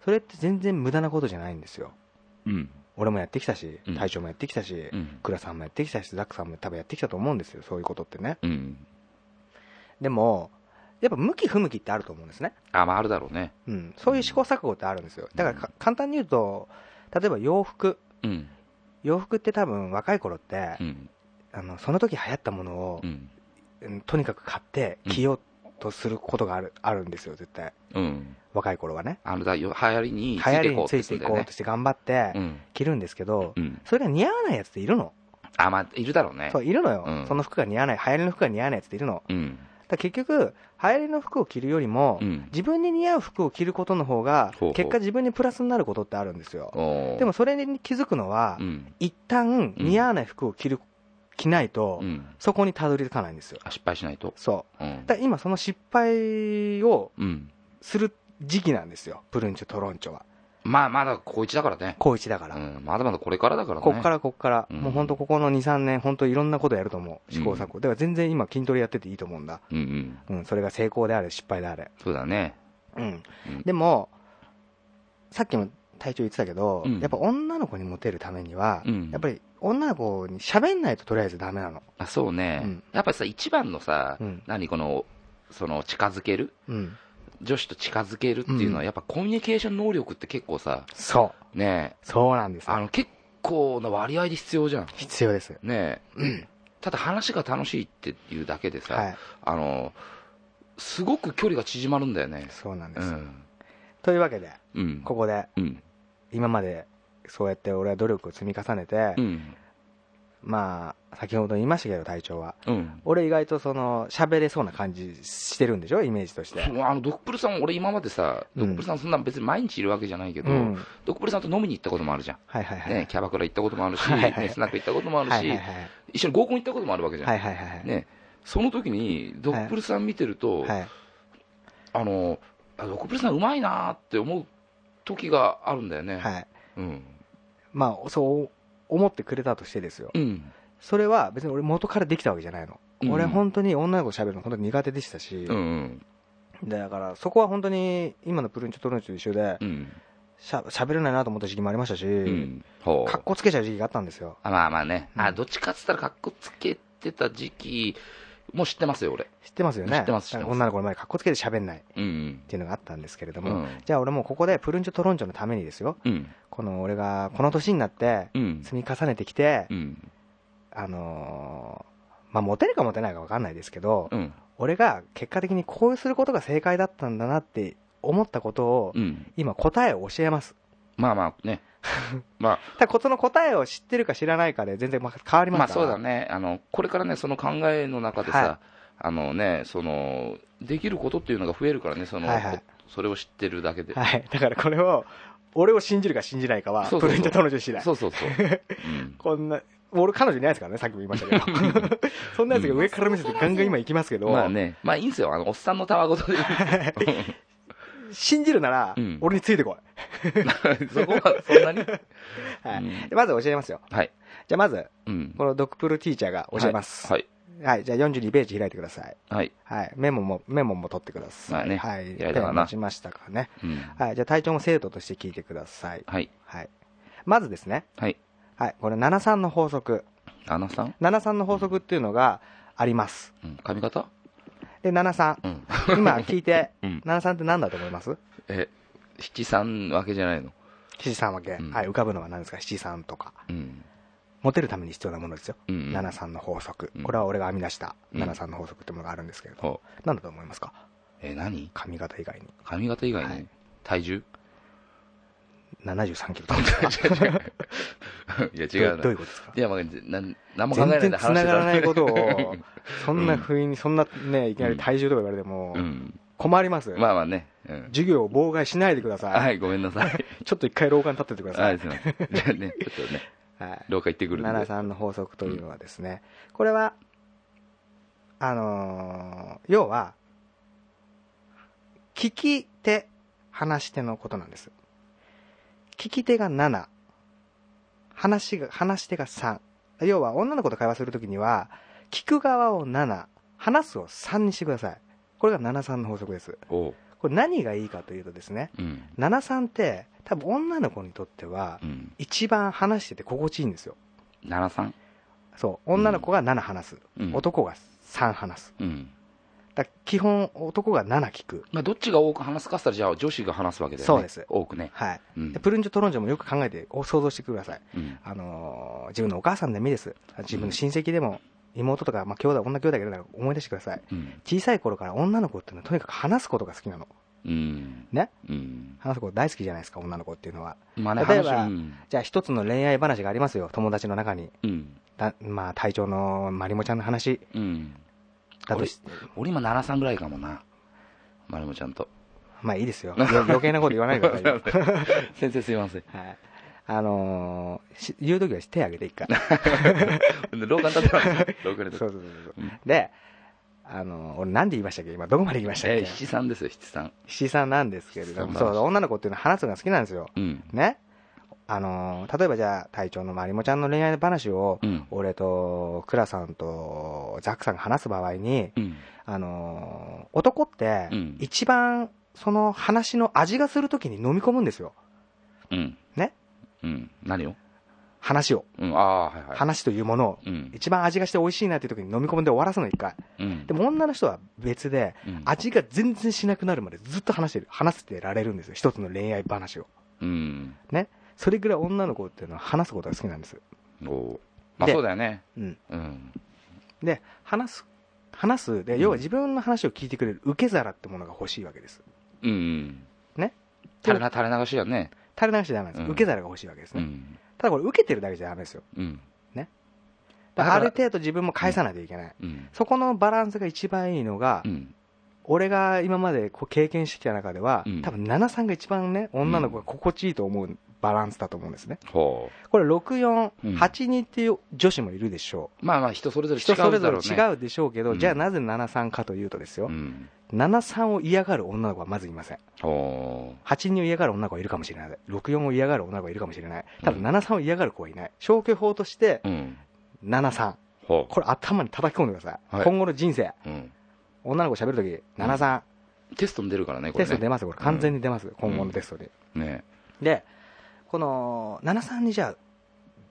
Speaker 3: それって全然無駄なことじゃないんですよ
Speaker 4: うん
Speaker 3: 俺もやってきたし
Speaker 4: うん
Speaker 3: 隊長もやってきたし、
Speaker 4: うん
Speaker 3: 倉さんもやってきたしザックさんも多分やってきたと思うんですよそういうことってね
Speaker 4: うん
Speaker 3: でもやっぱ向き不向きってあると思うんですね、
Speaker 4: あまああるだろうね
Speaker 3: うん、そういう試行錯誤ってあるんですよだからか簡単に言うと例えば洋服
Speaker 4: うん
Speaker 3: 洋服って多分若い頃って、
Speaker 4: うん
Speaker 3: あのその時流行ったものを
Speaker 4: う、ん
Speaker 3: うんとにかく買って
Speaker 4: うん
Speaker 3: 着ようとすることがあるあるんですよ絶対
Speaker 4: うん
Speaker 3: 若い頃はね
Speaker 4: あのだよ流行りに
Speaker 3: 流
Speaker 4: つい
Speaker 3: 行
Speaker 4: て
Speaker 3: り
Speaker 4: い
Speaker 3: に
Speaker 4: こうっ
Speaker 3: つ
Speaker 4: て
Speaker 3: い
Speaker 4: す
Speaker 3: て
Speaker 4: る
Speaker 3: い
Speaker 4: んだよ
Speaker 3: こう
Speaker 4: ね
Speaker 3: として頑張って
Speaker 4: うん
Speaker 3: 着るんですけど、
Speaker 4: うん
Speaker 3: それが似合わないやつっているの
Speaker 4: あまあいるだろうね
Speaker 3: そういるのよ、
Speaker 4: うん
Speaker 3: その服が似合わない流行りの服が似合わないやつっているの
Speaker 4: うん
Speaker 3: だから結局流行りの服を着るよりも、
Speaker 4: うん
Speaker 3: 自分に似合う服を着ることの方が
Speaker 4: ほうほう
Speaker 3: 結果自分にプラスになることってあるんですよ
Speaker 4: おー
Speaker 3: でもそれに気づくのは、
Speaker 4: うん
Speaker 3: 一旦
Speaker 4: うん
Speaker 3: 似合わない服を着る着ないと、
Speaker 4: うん
Speaker 3: そこにたどり着かないんですよ
Speaker 4: あ失敗しないと
Speaker 3: そう
Speaker 4: うん
Speaker 3: だから今その失敗を
Speaker 4: うん
Speaker 3: する時期なんですよプルンチョトロンチョは
Speaker 4: まあまだ高一だからね
Speaker 3: 高一だから、
Speaker 4: うんまだまだこれからだからね
Speaker 3: こっからこっから、
Speaker 4: うん
Speaker 3: もうほんとここの23年ほんといろんなことやると思う
Speaker 4: うん
Speaker 3: 試行錯誤、だから全然今筋トレやってていいと思うんだ
Speaker 4: うんうん
Speaker 3: うんそれが成功であれ失敗であれ
Speaker 4: そうだね
Speaker 3: うん、
Speaker 4: うん
Speaker 3: でもさっきも隊長言ってたけど、
Speaker 4: うん
Speaker 3: やっぱ女の子にモテるためには、
Speaker 4: うん
Speaker 3: やっぱり女の子に喋んないととりあえずダメなの
Speaker 4: あそうね、
Speaker 3: うん
Speaker 4: やっぱりさ一番のさ、
Speaker 3: うん
Speaker 4: 何このその近づける
Speaker 3: うん
Speaker 4: 女子と近づけるっていうのは、
Speaker 3: うん
Speaker 4: やっぱコミュニケーション能力って結構さ
Speaker 3: そう
Speaker 4: ね
Speaker 3: そうなんですよ
Speaker 4: あの結構な割合で必要じゃん
Speaker 3: 必要です
Speaker 4: ねただ話が楽しいっていうだけでさ、
Speaker 3: はい
Speaker 4: あのすごく距離が縮まるんだよね
Speaker 3: そうなんで
Speaker 4: う
Speaker 3: す、
Speaker 4: ん
Speaker 3: というわけで
Speaker 4: うん
Speaker 3: ここで
Speaker 4: うん
Speaker 3: 今までそうやって俺は努力を積み重ねて、
Speaker 4: うん
Speaker 3: まあ先ほど言いましたけど隊長は
Speaker 4: うん
Speaker 3: 俺意外とその喋れそうな感じしてるんでしょイメージと して
Speaker 4: そうあのドクプルさん、俺、今までさ、
Speaker 3: うん
Speaker 4: ドクプルさん、そんな別に毎日いるわけじゃないけど、
Speaker 3: うん
Speaker 4: ドクプルさんと飲みに行ったこともあるじゃん、
Speaker 3: はいはいはい、
Speaker 4: ね、キャバクラ行ったこともあるし、
Speaker 3: はいはい
Speaker 4: ね、スナック行ったこともあるし、
Speaker 3: はいはいはい
Speaker 4: 一緒に合コン行ったこともあるわけじゃん、
Speaker 3: はいはいはい
Speaker 4: ね、その時にドップルさん見てると、
Speaker 3: はい
Speaker 4: あのあドップルさんうまいなーって思う時があるんだよね、
Speaker 3: はい
Speaker 4: うん
Speaker 3: まあそう思ってくれたとしてですよ
Speaker 4: うん
Speaker 3: それは別に俺元からできたわけじゃないの、
Speaker 4: うん
Speaker 3: 俺本当に女の子喋るの本当に苦手でしたし
Speaker 4: う、ん
Speaker 3: だからそこは本当に今のプルンチョトルンチョと一緒で
Speaker 4: うん
Speaker 3: しゃ喋れないなと思った時期もありましたし、
Speaker 4: うんほう
Speaker 3: かっこつけちゃう時期があったんですよ
Speaker 4: あまあまあね、
Speaker 3: うん
Speaker 4: あどっちかっつったらかっこつけてた時期も知ってますよ俺
Speaker 3: 知ってますよね
Speaker 4: 知ってます知ってます
Speaker 3: 女の子の前でかっこつけて喋んないっ
Speaker 4: うん
Speaker 3: ていうのがあったんですけれど
Speaker 4: う
Speaker 3: も、
Speaker 4: ん
Speaker 3: じゃあ俺もうここでプルンチョトロンチョのためにですよ
Speaker 4: うん
Speaker 3: この俺がこの年になって
Speaker 4: うん
Speaker 3: 積み重ねてきて、
Speaker 4: うん
Speaker 3: あのーまあモテるかモテないか分かんないですけど、
Speaker 4: うん
Speaker 3: 俺が結果的にこうすることが正解だったんだなって思ったことを、
Speaker 4: うん
Speaker 3: 今答えを教えます
Speaker 4: まあまあねま
Speaker 3: ただことの答えを知ってるか知らないかで全然まあ変わ
Speaker 4: あ、
Speaker 3: り
Speaker 4: ま
Speaker 3: ま
Speaker 4: あ
Speaker 3: す
Speaker 4: そうだ
Speaker 3: ね。
Speaker 4: ね、あのこれからね、その考えの中でさ、
Speaker 3: は
Speaker 4: あのね、そのできることっていうのが増えるからね、その、
Speaker 3: はいはい
Speaker 4: それを知ってるだけで、
Speaker 3: はい。だからこれを、俺を信じるか信じないかは、
Speaker 4: そう
Speaker 3: プ
Speaker 4: そうそう
Speaker 3: ロイント彼女次第。
Speaker 4: そうそう そう、うん、
Speaker 3: こんな、俺彼女いないですからね、さっきも言いましたけど。そんなやつが上から見せてガンガン今行きますけど、
Speaker 4: まあね、まあいいんですよ、あのおっさんのたわご とで、
Speaker 3: 信じるなら
Speaker 4: うん、
Speaker 3: 俺についてこ
Speaker 4: そこはそんなに、
Speaker 3: い。は
Speaker 4: う
Speaker 3: い。
Speaker 4: ん
Speaker 3: でまず教えますよ。
Speaker 4: はい、
Speaker 3: じゃあまず、
Speaker 4: うん、
Speaker 3: このドクプルティーチャーが教えます。
Speaker 4: はい、
Speaker 3: はい。じゃあ42ページ開いてください。
Speaker 4: はい、
Speaker 3: はい。メモも、メモも取ってください。
Speaker 4: まあ
Speaker 3: は
Speaker 4: ね
Speaker 3: い。
Speaker 4: やりたかな
Speaker 3: ペン持ちましたかね。
Speaker 4: うん
Speaker 3: はい。じゃあ体調も生徒として聞いてください。
Speaker 4: はい、
Speaker 3: はい。まずですね。
Speaker 4: はい、
Speaker 3: はい。これ73の法則。
Speaker 4: アナさん、
Speaker 3: 73の法則っていうのがあります。
Speaker 4: うん、髪型、
Speaker 3: で、73。
Speaker 4: うん、
Speaker 3: 今聞いて
Speaker 4: 、うん
Speaker 3: 73って何だと思います
Speaker 4: え七三わけじゃないの、
Speaker 3: 七三分け、
Speaker 4: うん
Speaker 3: はい、浮かぶのは何ですか七三とか。
Speaker 4: うん、
Speaker 3: モテるために必要なものですよ。
Speaker 4: うんうん、
Speaker 3: 七三の法則
Speaker 4: うん。
Speaker 3: これは俺が編み出した
Speaker 4: うん
Speaker 3: 七三の法則ってものがあるんですけれど。
Speaker 4: ほう
Speaker 3: 何だと思いますか
Speaker 4: え何
Speaker 3: 髪型以外に。
Speaker 4: 髪型以外に、
Speaker 3: はい
Speaker 4: 体重
Speaker 3: 73キロとか。
Speaker 4: い や違う
Speaker 3: ど
Speaker 4: な
Speaker 3: どういうことですか
Speaker 4: いやまあなん何も考
Speaker 3: 全
Speaker 4: えないで
Speaker 3: 然
Speaker 4: 話して
Speaker 3: 繋がらないこと
Speaker 4: た
Speaker 3: を、そんな不意に、そんなね、いきなり体重とか言われても
Speaker 4: う、ん
Speaker 3: 困ります。
Speaker 4: まあまあね、うん、
Speaker 3: 授業を妨害しないでくださ。
Speaker 4: はいいごめんなさい
Speaker 3: ちょっと一回廊下に立っててくだ
Speaker 4: は
Speaker 3: さ
Speaker 4: い
Speaker 3: い。
Speaker 4: すいませんじゃあねちょっとね
Speaker 3: はい。
Speaker 4: 廊下行ってくるんで
Speaker 3: 7三の法則というのはですね、これは、あのー要は、聞き手、話し手のことなんです。聞き手が7、話しが、話し手が3。要は、女の子と会話するときには、聞く側を7、話すを3にしてください。これが7、3の法則です。
Speaker 4: おう
Speaker 3: これ何がいいかというとですね、
Speaker 4: うん
Speaker 3: 7、3って、多分女の子にとっては
Speaker 4: う、ん
Speaker 3: 一番話してて心地いいんですよ。
Speaker 4: 奈良さん、
Speaker 3: そう女の子が7話す、
Speaker 4: うん、
Speaker 3: 男が3話す
Speaker 4: うん
Speaker 3: だから基本男が7聞く
Speaker 4: まあどっちが多く話すかっつったらじゃあ女子が話すわけだよね
Speaker 3: そうです
Speaker 4: 多くね
Speaker 3: はい、
Speaker 4: うん
Speaker 3: でプルンジョトロンジョもよく考えてお想像してください、
Speaker 4: うん
Speaker 3: あのー自分のお母さんでもいいです自分の親戚でも妹とか、まあ、兄弟女兄弟がいるなら思い出してください
Speaker 4: うん
Speaker 3: 小さい頃から女の子っていうのはとにかく話すことが好きなの
Speaker 4: うん
Speaker 3: ね
Speaker 4: うん
Speaker 3: 話すこと大好きじゃないですか女の子っていうのは
Speaker 4: まあね
Speaker 3: 例えば
Speaker 4: 話うん
Speaker 3: じゃあ一つの恋愛話がありますよ友達の中に
Speaker 4: うん
Speaker 3: だまあ隊長のまりもちゃんの話
Speaker 4: うん
Speaker 3: だとし
Speaker 4: 俺今奈良さんぐらいかもなまるもちゃんと
Speaker 3: まあいいですよよ余計なこと言わないでくだ さいよ
Speaker 4: 先生すいません
Speaker 3: はい。あのーし言うときは手挙げて一回。
Speaker 4: 廊下に立ってます廊下に
Speaker 3: そう
Speaker 4: 立
Speaker 3: そ
Speaker 4: っ
Speaker 3: う
Speaker 4: て
Speaker 3: そうそう。
Speaker 4: うん
Speaker 3: で、あのー俺なんで言いましたっけ今どこまで言いましたっけ
Speaker 4: えー七三ですよ七三
Speaker 3: 七三なんですけれど
Speaker 4: 七
Speaker 3: も、
Speaker 4: 三
Speaker 3: そ
Speaker 4: なん
Speaker 3: う、
Speaker 4: です
Speaker 3: 女の子っていうのは話すのが好きなんですよ。
Speaker 4: うん
Speaker 3: ね。あのー例えばじゃあ、隊長のまりもちゃんの恋愛話を、
Speaker 4: うん
Speaker 3: 俺とクラさんとザックさんが話す場合に、
Speaker 4: うん
Speaker 3: あのー男って
Speaker 4: うん
Speaker 3: 一番その話の味がするときに飲み込むんですよ。
Speaker 4: うん
Speaker 3: ね
Speaker 4: うん何を
Speaker 3: 話を。
Speaker 4: うんああはいはい
Speaker 3: 話というものを。
Speaker 4: うん
Speaker 3: 一番味がして美味しいなっていう時に飲み込んで終わらすの一回
Speaker 4: うん
Speaker 3: でも女の人は別で
Speaker 4: うん
Speaker 3: 味が全然しなくなるまでずっと話してる話してられるんですよ一つの恋愛話を
Speaker 4: うん
Speaker 3: それぐらい女の子っていうのは話すことが好きなんです
Speaker 4: おおまあ
Speaker 3: で
Speaker 4: そうだよね
Speaker 3: うん
Speaker 4: うん
Speaker 3: で話す話すで要は自分の話を聞いてくれる受け皿ってものが欲しいわけです
Speaker 4: うん
Speaker 3: ね
Speaker 4: 垂れな垂れ流しだね
Speaker 3: 垂れ流しじゃないです
Speaker 4: うん
Speaker 3: 受け皿が欲しいわけです
Speaker 4: う
Speaker 3: ね
Speaker 4: ん
Speaker 3: ただこれ受けてるだけじゃダメですよ
Speaker 4: うん
Speaker 3: だか
Speaker 4: だ
Speaker 3: ら
Speaker 4: か
Speaker 3: あ
Speaker 4: ら
Speaker 3: る程度自分も返さないといけない
Speaker 4: うん
Speaker 3: そこのバランスが一番いいのが
Speaker 4: うん
Speaker 3: 俺が今までこう経験してきた中では、
Speaker 4: うん
Speaker 3: 多分7、3が一番ね、女の子が心地いいと思うバランスだと思うんですね。
Speaker 4: ほ
Speaker 3: これ6、
Speaker 4: う
Speaker 3: 4、8、
Speaker 4: ん
Speaker 3: 2っていう女子もいるでしょ
Speaker 4: うまあまあ人それぞ
Speaker 3: う。
Speaker 4: れ違
Speaker 3: 人それ
Speaker 4: うだ
Speaker 3: ぞ
Speaker 4: ろ
Speaker 3: れ
Speaker 4: うね
Speaker 3: 違うでしょうけ
Speaker 4: う
Speaker 3: ど、
Speaker 4: ん
Speaker 3: じゃあなぜ7、3かというとですよ、
Speaker 4: うん
Speaker 3: 7、3を嫌がる女の子はまずいません。
Speaker 4: ほ
Speaker 3: 8、2を嫌がる女の子はいるかもしれない。6、4を嫌がる女の子はいるかもしれない。ただ
Speaker 4: うん
Speaker 3: 7、3を嫌がる子はいない。消去法として
Speaker 4: う、うん
Speaker 3: 7、3。
Speaker 4: ほ
Speaker 3: これ頭に叩き込んでください。
Speaker 4: はい
Speaker 3: 今後の人生、
Speaker 4: ううん
Speaker 3: 女の子喋るとき、7、3。
Speaker 4: テストに出るからねこ
Speaker 3: テ
Speaker 4: れ
Speaker 3: スト出
Speaker 4: ね
Speaker 3: ますよこれ完全に出ます。今後のテストで。
Speaker 4: ね
Speaker 3: で、この73にじゃあ、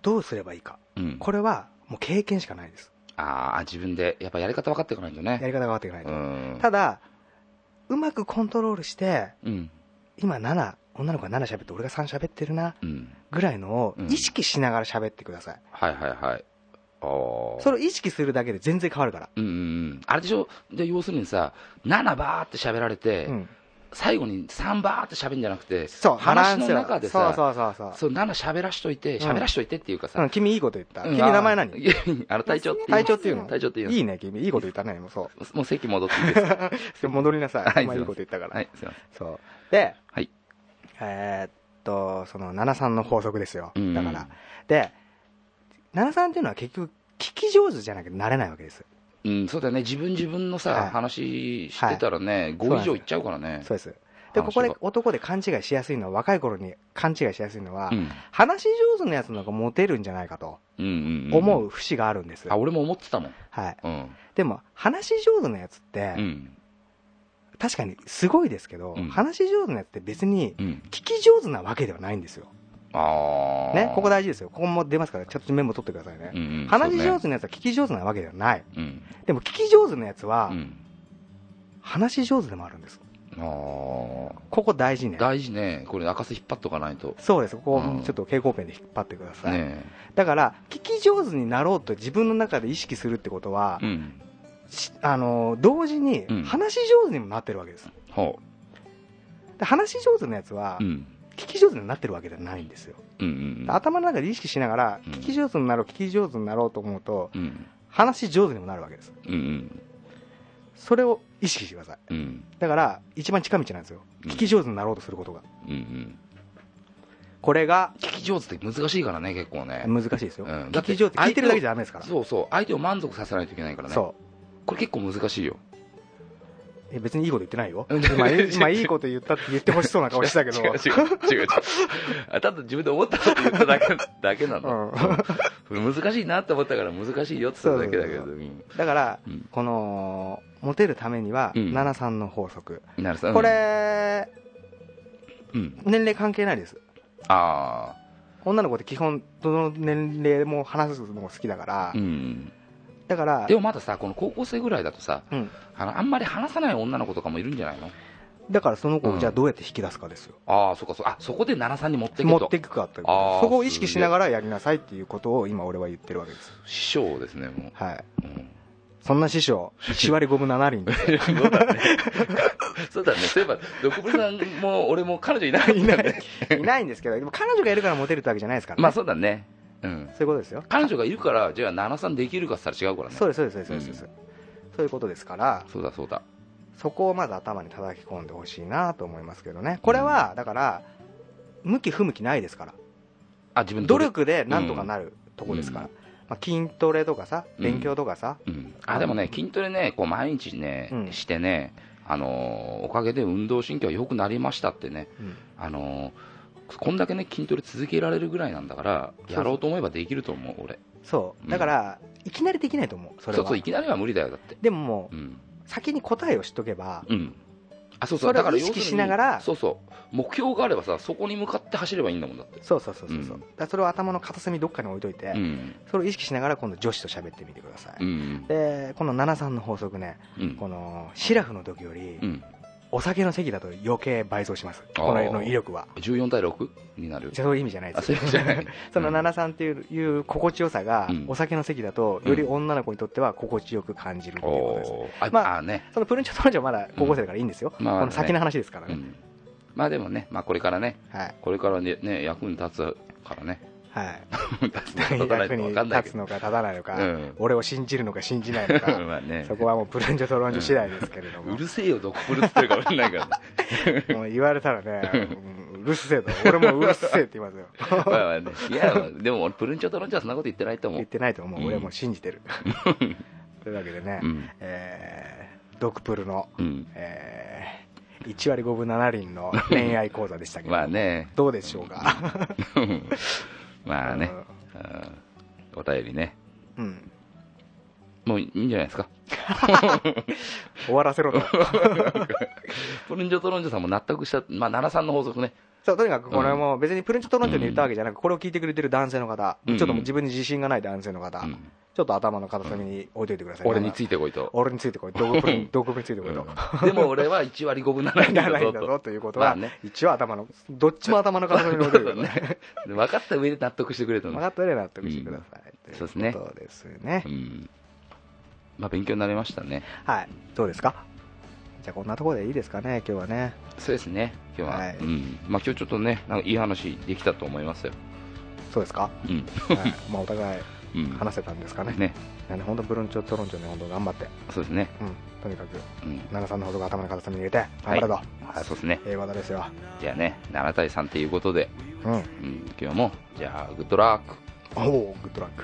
Speaker 3: どうすればいいか、
Speaker 4: うん
Speaker 3: これはもう経験しかないです、
Speaker 4: ああ自分でやっぱやり方分かっていかないとね
Speaker 3: やり方が変わっていかないうと、
Speaker 4: ん
Speaker 3: ただ、うまくコントロールして、
Speaker 4: うん
Speaker 3: 今、7、女の子が7喋って、俺が3喋ってるな
Speaker 4: うん
Speaker 3: ぐらいのを
Speaker 4: うん
Speaker 3: 意識しながら喋ってください、
Speaker 4: はいはいはいああ
Speaker 3: それを意識するだけで全然変わるから、
Speaker 4: うんうんうんあれでしょで要するにさ7バーって喋られて、
Speaker 3: うん
Speaker 4: 最後に3バーって喋るんじゃなくて、
Speaker 3: そう、
Speaker 4: 話の中で
Speaker 3: バラン
Speaker 4: さ、
Speaker 3: スよそうそうそうそ
Speaker 4: そう7喋らしとい
Speaker 3: ん
Speaker 4: て、喋らしといてっていうか
Speaker 3: う。う
Speaker 4: さ
Speaker 3: ん、、君いいこと言った。
Speaker 4: うん
Speaker 3: 君名前何
Speaker 4: あいやあの隊長っていう
Speaker 3: 隊長っていうの
Speaker 4: 隊長っていうの
Speaker 3: いいね、君。いいこと言ったね、もうそ
Speaker 4: もう席戻っていいですか
Speaker 3: う。戻りなさ。
Speaker 4: はいい
Speaker 3: お前いいこと言ったから。
Speaker 4: はいすいませ
Speaker 3: そう。で、
Speaker 4: はい
Speaker 3: えーっと、その、7-3の法則ですよ。
Speaker 4: ん
Speaker 3: だから。で、7-3っていうのは結局、聞き上手じゃなきゃなれないわけです。
Speaker 4: ん、うん、そうだよね自分自分のさ、
Speaker 3: はい
Speaker 4: 話してたらね、五5以上いっちゃうからね
Speaker 3: そうです。で、ここで
Speaker 4: 話が
Speaker 3: 男で勘違いしやすいのは、若い頃に勘違いしやすいのは、
Speaker 4: うん
Speaker 3: 話し上手なやつの方がモテるんじゃないかと
Speaker 4: うんうんん
Speaker 3: 思う節があるんです。
Speaker 4: あ俺も思ってたもん
Speaker 3: はい。
Speaker 4: うん
Speaker 3: でも、話し上手なやつって、
Speaker 4: うん
Speaker 3: 確かにすごいですけど、
Speaker 4: うん
Speaker 3: 話し上手なやつって別に、
Speaker 4: うん
Speaker 3: 聞き上手なわけではないんですよ。
Speaker 4: ああ
Speaker 3: ね、ここ大事ですよ。ここも出ますから、ちょっとメモ取ってくださいね。
Speaker 4: うんうん
Speaker 3: 話し上
Speaker 4: そ
Speaker 3: 手なやつは聞き上手なわけではない。
Speaker 4: うねうん
Speaker 3: でも聞き上手なやつ
Speaker 4: う
Speaker 3: は、
Speaker 4: ん
Speaker 3: 話し上手でもあるんです。
Speaker 4: あ
Speaker 3: ここ大事ね
Speaker 4: あ。大事ねこれ赤瀬引っ張っとかないと
Speaker 3: そうです。ここ
Speaker 4: うん
Speaker 3: ちょっと蛍光ペンで引っ張ってください。
Speaker 4: ね
Speaker 3: だから、聞き上手になろうと自分の中で意識するってことは、
Speaker 4: うん
Speaker 3: しあの、同時に
Speaker 4: うん
Speaker 3: 話し上手にもなってるわけです。
Speaker 4: ほ
Speaker 3: で話し上手なやつは
Speaker 4: うう、ん
Speaker 3: 聞き上手になってるわけではないんですよ。
Speaker 4: うんうん
Speaker 3: 頭の中で意識しながら、
Speaker 4: うん
Speaker 3: 聞き上手になろう、聞き上手になろうと思うと、
Speaker 4: うん
Speaker 3: 話し上手にもなるわけです。
Speaker 4: うんうん
Speaker 3: それを意識してください。
Speaker 4: うん
Speaker 3: だから、一番近道なんですよ。
Speaker 4: うん
Speaker 3: 聞き上手になろうとすることが。
Speaker 4: うんうん
Speaker 3: これが
Speaker 4: 聞き上手って難しいからね結構ね
Speaker 3: 難しいですよ。
Speaker 4: うんだ
Speaker 3: 聞
Speaker 4: っ
Speaker 3: き
Speaker 4: て
Speaker 3: 上手、聞いてるだけじゃダメですから。
Speaker 4: そうそう相手を満足させないといけないからね
Speaker 3: そ
Speaker 4: これ結構難しいよ
Speaker 3: う。え別にいいこと言ってないよ。
Speaker 4: うん
Speaker 3: 今、いい今いいこと言ったって言ってほしそうな顔してたけど。
Speaker 4: 違う違う違う違うあただ自分で思ったこと言っただけだけなの、うん難しいなって思ったから難しいよって言っただけだけど
Speaker 3: そううそ
Speaker 4: ん
Speaker 3: だから
Speaker 4: うん、
Speaker 3: この、モテるためには、
Speaker 4: うん
Speaker 3: 73の法則。
Speaker 4: なるさん
Speaker 3: これ、
Speaker 4: うん
Speaker 3: 年齢関係ないです。
Speaker 4: あ
Speaker 3: 女の子って基本、どの年齢も話すのも好きだから
Speaker 4: あう、ん
Speaker 3: だから
Speaker 4: で、もまださこの高校生ぐらいだとさ
Speaker 3: うん
Speaker 4: あのあんまり話さない女の子とかもいるんじゃないの
Speaker 3: だからその子
Speaker 4: う
Speaker 3: を
Speaker 4: ん
Speaker 3: じゃあどうやって引き出すかですよ。
Speaker 4: ああそっかそっかあそこで奈良さんに持ってけと
Speaker 3: 持っていくかっていう
Speaker 4: あー
Speaker 3: そこを意識しながらやりなさいっていうことを今俺は言ってるわけです。
Speaker 4: 師匠ですねも
Speaker 3: はい。
Speaker 4: う、うん
Speaker 3: そんな師匠、1割5分7厘 です。
Speaker 4: そうだね。そうだね。そういえば、ドクブルさんも俺も彼女いないんだね。
Speaker 3: いないんですけど、でも彼女がいるからモテるってわけじゃないですからね。
Speaker 4: まあそうだね。うん。
Speaker 3: そういうことですよ。
Speaker 4: 彼女がいるから、じゃあ、7、3できるかって言ったら違うからね。
Speaker 3: そうです、そうです、そうです。そうですそういうことですから、
Speaker 4: そうだ、そうだ。
Speaker 3: そこをまず頭に叩き込んでほしいなと思いますけどね。これは、だから、向き不向きないですから。
Speaker 4: あ、自分
Speaker 3: 努力でなんとかなるとこですから。
Speaker 4: うん
Speaker 3: まあ、筋トレとかさ、
Speaker 4: うん
Speaker 3: 勉強とかさ、
Speaker 4: うん。あ、でもね、筋トレね、こう、毎日ね、
Speaker 3: うん
Speaker 4: してね、あのーおかげで運動神経は良くなりましたってね、
Speaker 3: うん
Speaker 4: あのーこんだけね、筋トレ続けられるぐらいなんだから、
Speaker 3: そうそう
Speaker 4: やろうと思えばできると思う、俺。
Speaker 3: そう。だから、いきなりできないと思う、それ
Speaker 4: そう
Speaker 3: は
Speaker 4: そう、い。きなりは無理だよ、だって。
Speaker 3: でももう
Speaker 4: う、ん。
Speaker 3: 先に答えを知っとけば、
Speaker 4: うん、あそうそ
Speaker 3: そうれを
Speaker 4: だから
Speaker 3: 意識
Speaker 4: 要するに
Speaker 3: しながら
Speaker 4: そうそう目標があればさそこに向かって走ればいいんだもんだって
Speaker 3: そうそうそうそうそうう。
Speaker 4: ん
Speaker 3: だからそれを頭の片隅どっかに置いといて、
Speaker 4: うん
Speaker 3: それを意識しながら今度女子と喋ってみてください。
Speaker 4: うん
Speaker 3: で、この73の法則ね、
Speaker 4: うん
Speaker 3: このシラフの時より、
Speaker 4: うん
Speaker 3: お酒の席だと余計倍増します。
Speaker 4: あー
Speaker 3: このの威力は。
Speaker 4: 14対6になる
Speaker 3: じゃあそういう意味じゃないで
Speaker 4: あ
Speaker 3: す
Speaker 4: そういう意味じゃない
Speaker 3: その73っていういう心地よさが、
Speaker 4: うん
Speaker 3: お酒の席だと、より女の子にとっては心地よく感じるっていうことです。
Speaker 4: おーあ、
Speaker 3: ま
Speaker 4: ま
Speaker 3: あ
Speaker 4: あ、ね、
Speaker 3: そのプルンチョ彼女はまだ高校生だからいいんですよ。
Speaker 4: うんまあ
Speaker 3: この先の話ですから
Speaker 4: う
Speaker 3: ね。
Speaker 4: ん、まあでもね、まあ、これからね
Speaker 3: はい。
Speaker 4: これからねね役に立つか らね
Speaker 3: はい。
Speaker 4: 立つ のか
Speaker 3: 役
Speaker 4: 立たないか
Speaker 3: に
Speaker 4: 分かんないけ
Speaker 3: 立つ
Speaker 4: ど
Speaker 3: のか立たないの か、
Speaker 4: うん
Speaker 3: 俺を信じるのか信じないの か、
Speaker 4: まあね
Speaker 3: そこはもうプルンジョとロンジョ次第ですけれども
Speaker 4: う、るせえよドクプルっつってるかもしれないか ら、ね、
Speaker 3: もう言われたらね、うんうるせえと、俺もうるせえって言いますよ。
Speaker 4: まあまあねいやでも俺プルンチョとロンチョはそんなこと言ってないと思
Speaker 3: 言っ
Speaker 4: う、
Speaker 3: てないと思う、
Speaker 4: うん
Speaker 3: 俺はもう信じてる。 というわけでね、
Speaker 4: うん
Speaker 3: えードクプルの、
Speaker 4: うん、
Speaker 3: えー1割5分7厘の恋愛講座でしたけど、
Speaker 4: まあね
Speaker 3: どうでしょうか。
Speaker 4: まあね、うんお便りね、
Speaker 3: うん、
Speaker 4: もういいんじゃないですか、
Speaker 3: 終わらせろ と。
Speaker 4: プルンジョトロンジョさんも納得した、まあ、奈良さんの法則ね、
Speaker 3: そうとにかくこれも別にプルンチョトロンチョに言ったわけじゃなく、これを聞いてくれてる男性の方、
Speaker 4: うん
Speaker 3: ちょっともう自分に自信がない男性の方、
Speaker 4: うん
Speaker 3: ちょっと頭の片隅に置いといてください、
Speaker 4: 俺につ
Speaker 3: い
Speaker 4: いてこいと、
Speaker 3: 俺についてこいドクプルドクプルについてこいと、
Speaker 4: うんでも俺は1割5分7
Speaker 3: い
Speaker 4: 厘
Speaker 3: ら
Speaker 4: だ
Speaker 3: ない
Speaker 4: ぞ
Speaker 3: んだぞ
Speaker 4: と、
Speaker 3: ということ
Speaker 4: ま
Speaker 3: は、
Speaker 4: あね
Speaker 3: 一応頭のどっちも頭の片隅に置いといてく ださい
Speaker 4: ね分かった上で納得してくれた
Speaker 3: 分
Speaker 4: の、
Speaker 3: かったら納得してください、
Speaker 4: うん
Speaker 3: ということですね
Speaker 4: うんまあ、勉強になりましたね、
Speaker 3: はいどうですかじゃあこんなところでいいですかね今日はね
Speaker 4: そうですね、今日は、
Speaker 3: はい
Speaker 4: うんまあ、今日ちょっとね、なんかいい話できたと思いますよ、
Speaker 3: そうですか、
Speaker 4: うん
Speaker 3: はい、まあお互い
Speaker 4: うん、
Speaker 3: 話せたんですかね
Speaker 4: ね、
Speaker 3: いやね本当ブロンチョトロンチョね本当頑張って
Speaker 4: そうですね、
Speaker 3: うんとにかく
Speaker 4: うん
Speaker 3: 奈良さんのことが頭の片隅に入れて頑張れと、
Speaker 4: はい、そうですね、
Speaker 3: 英語だですよ
Speaker 4: じゃあね、7対3ということで、
Speaker 3: うん
Speaker 4: うん、今日も、じゃあ、グッドラック。
Speaker 3: おおグッドラック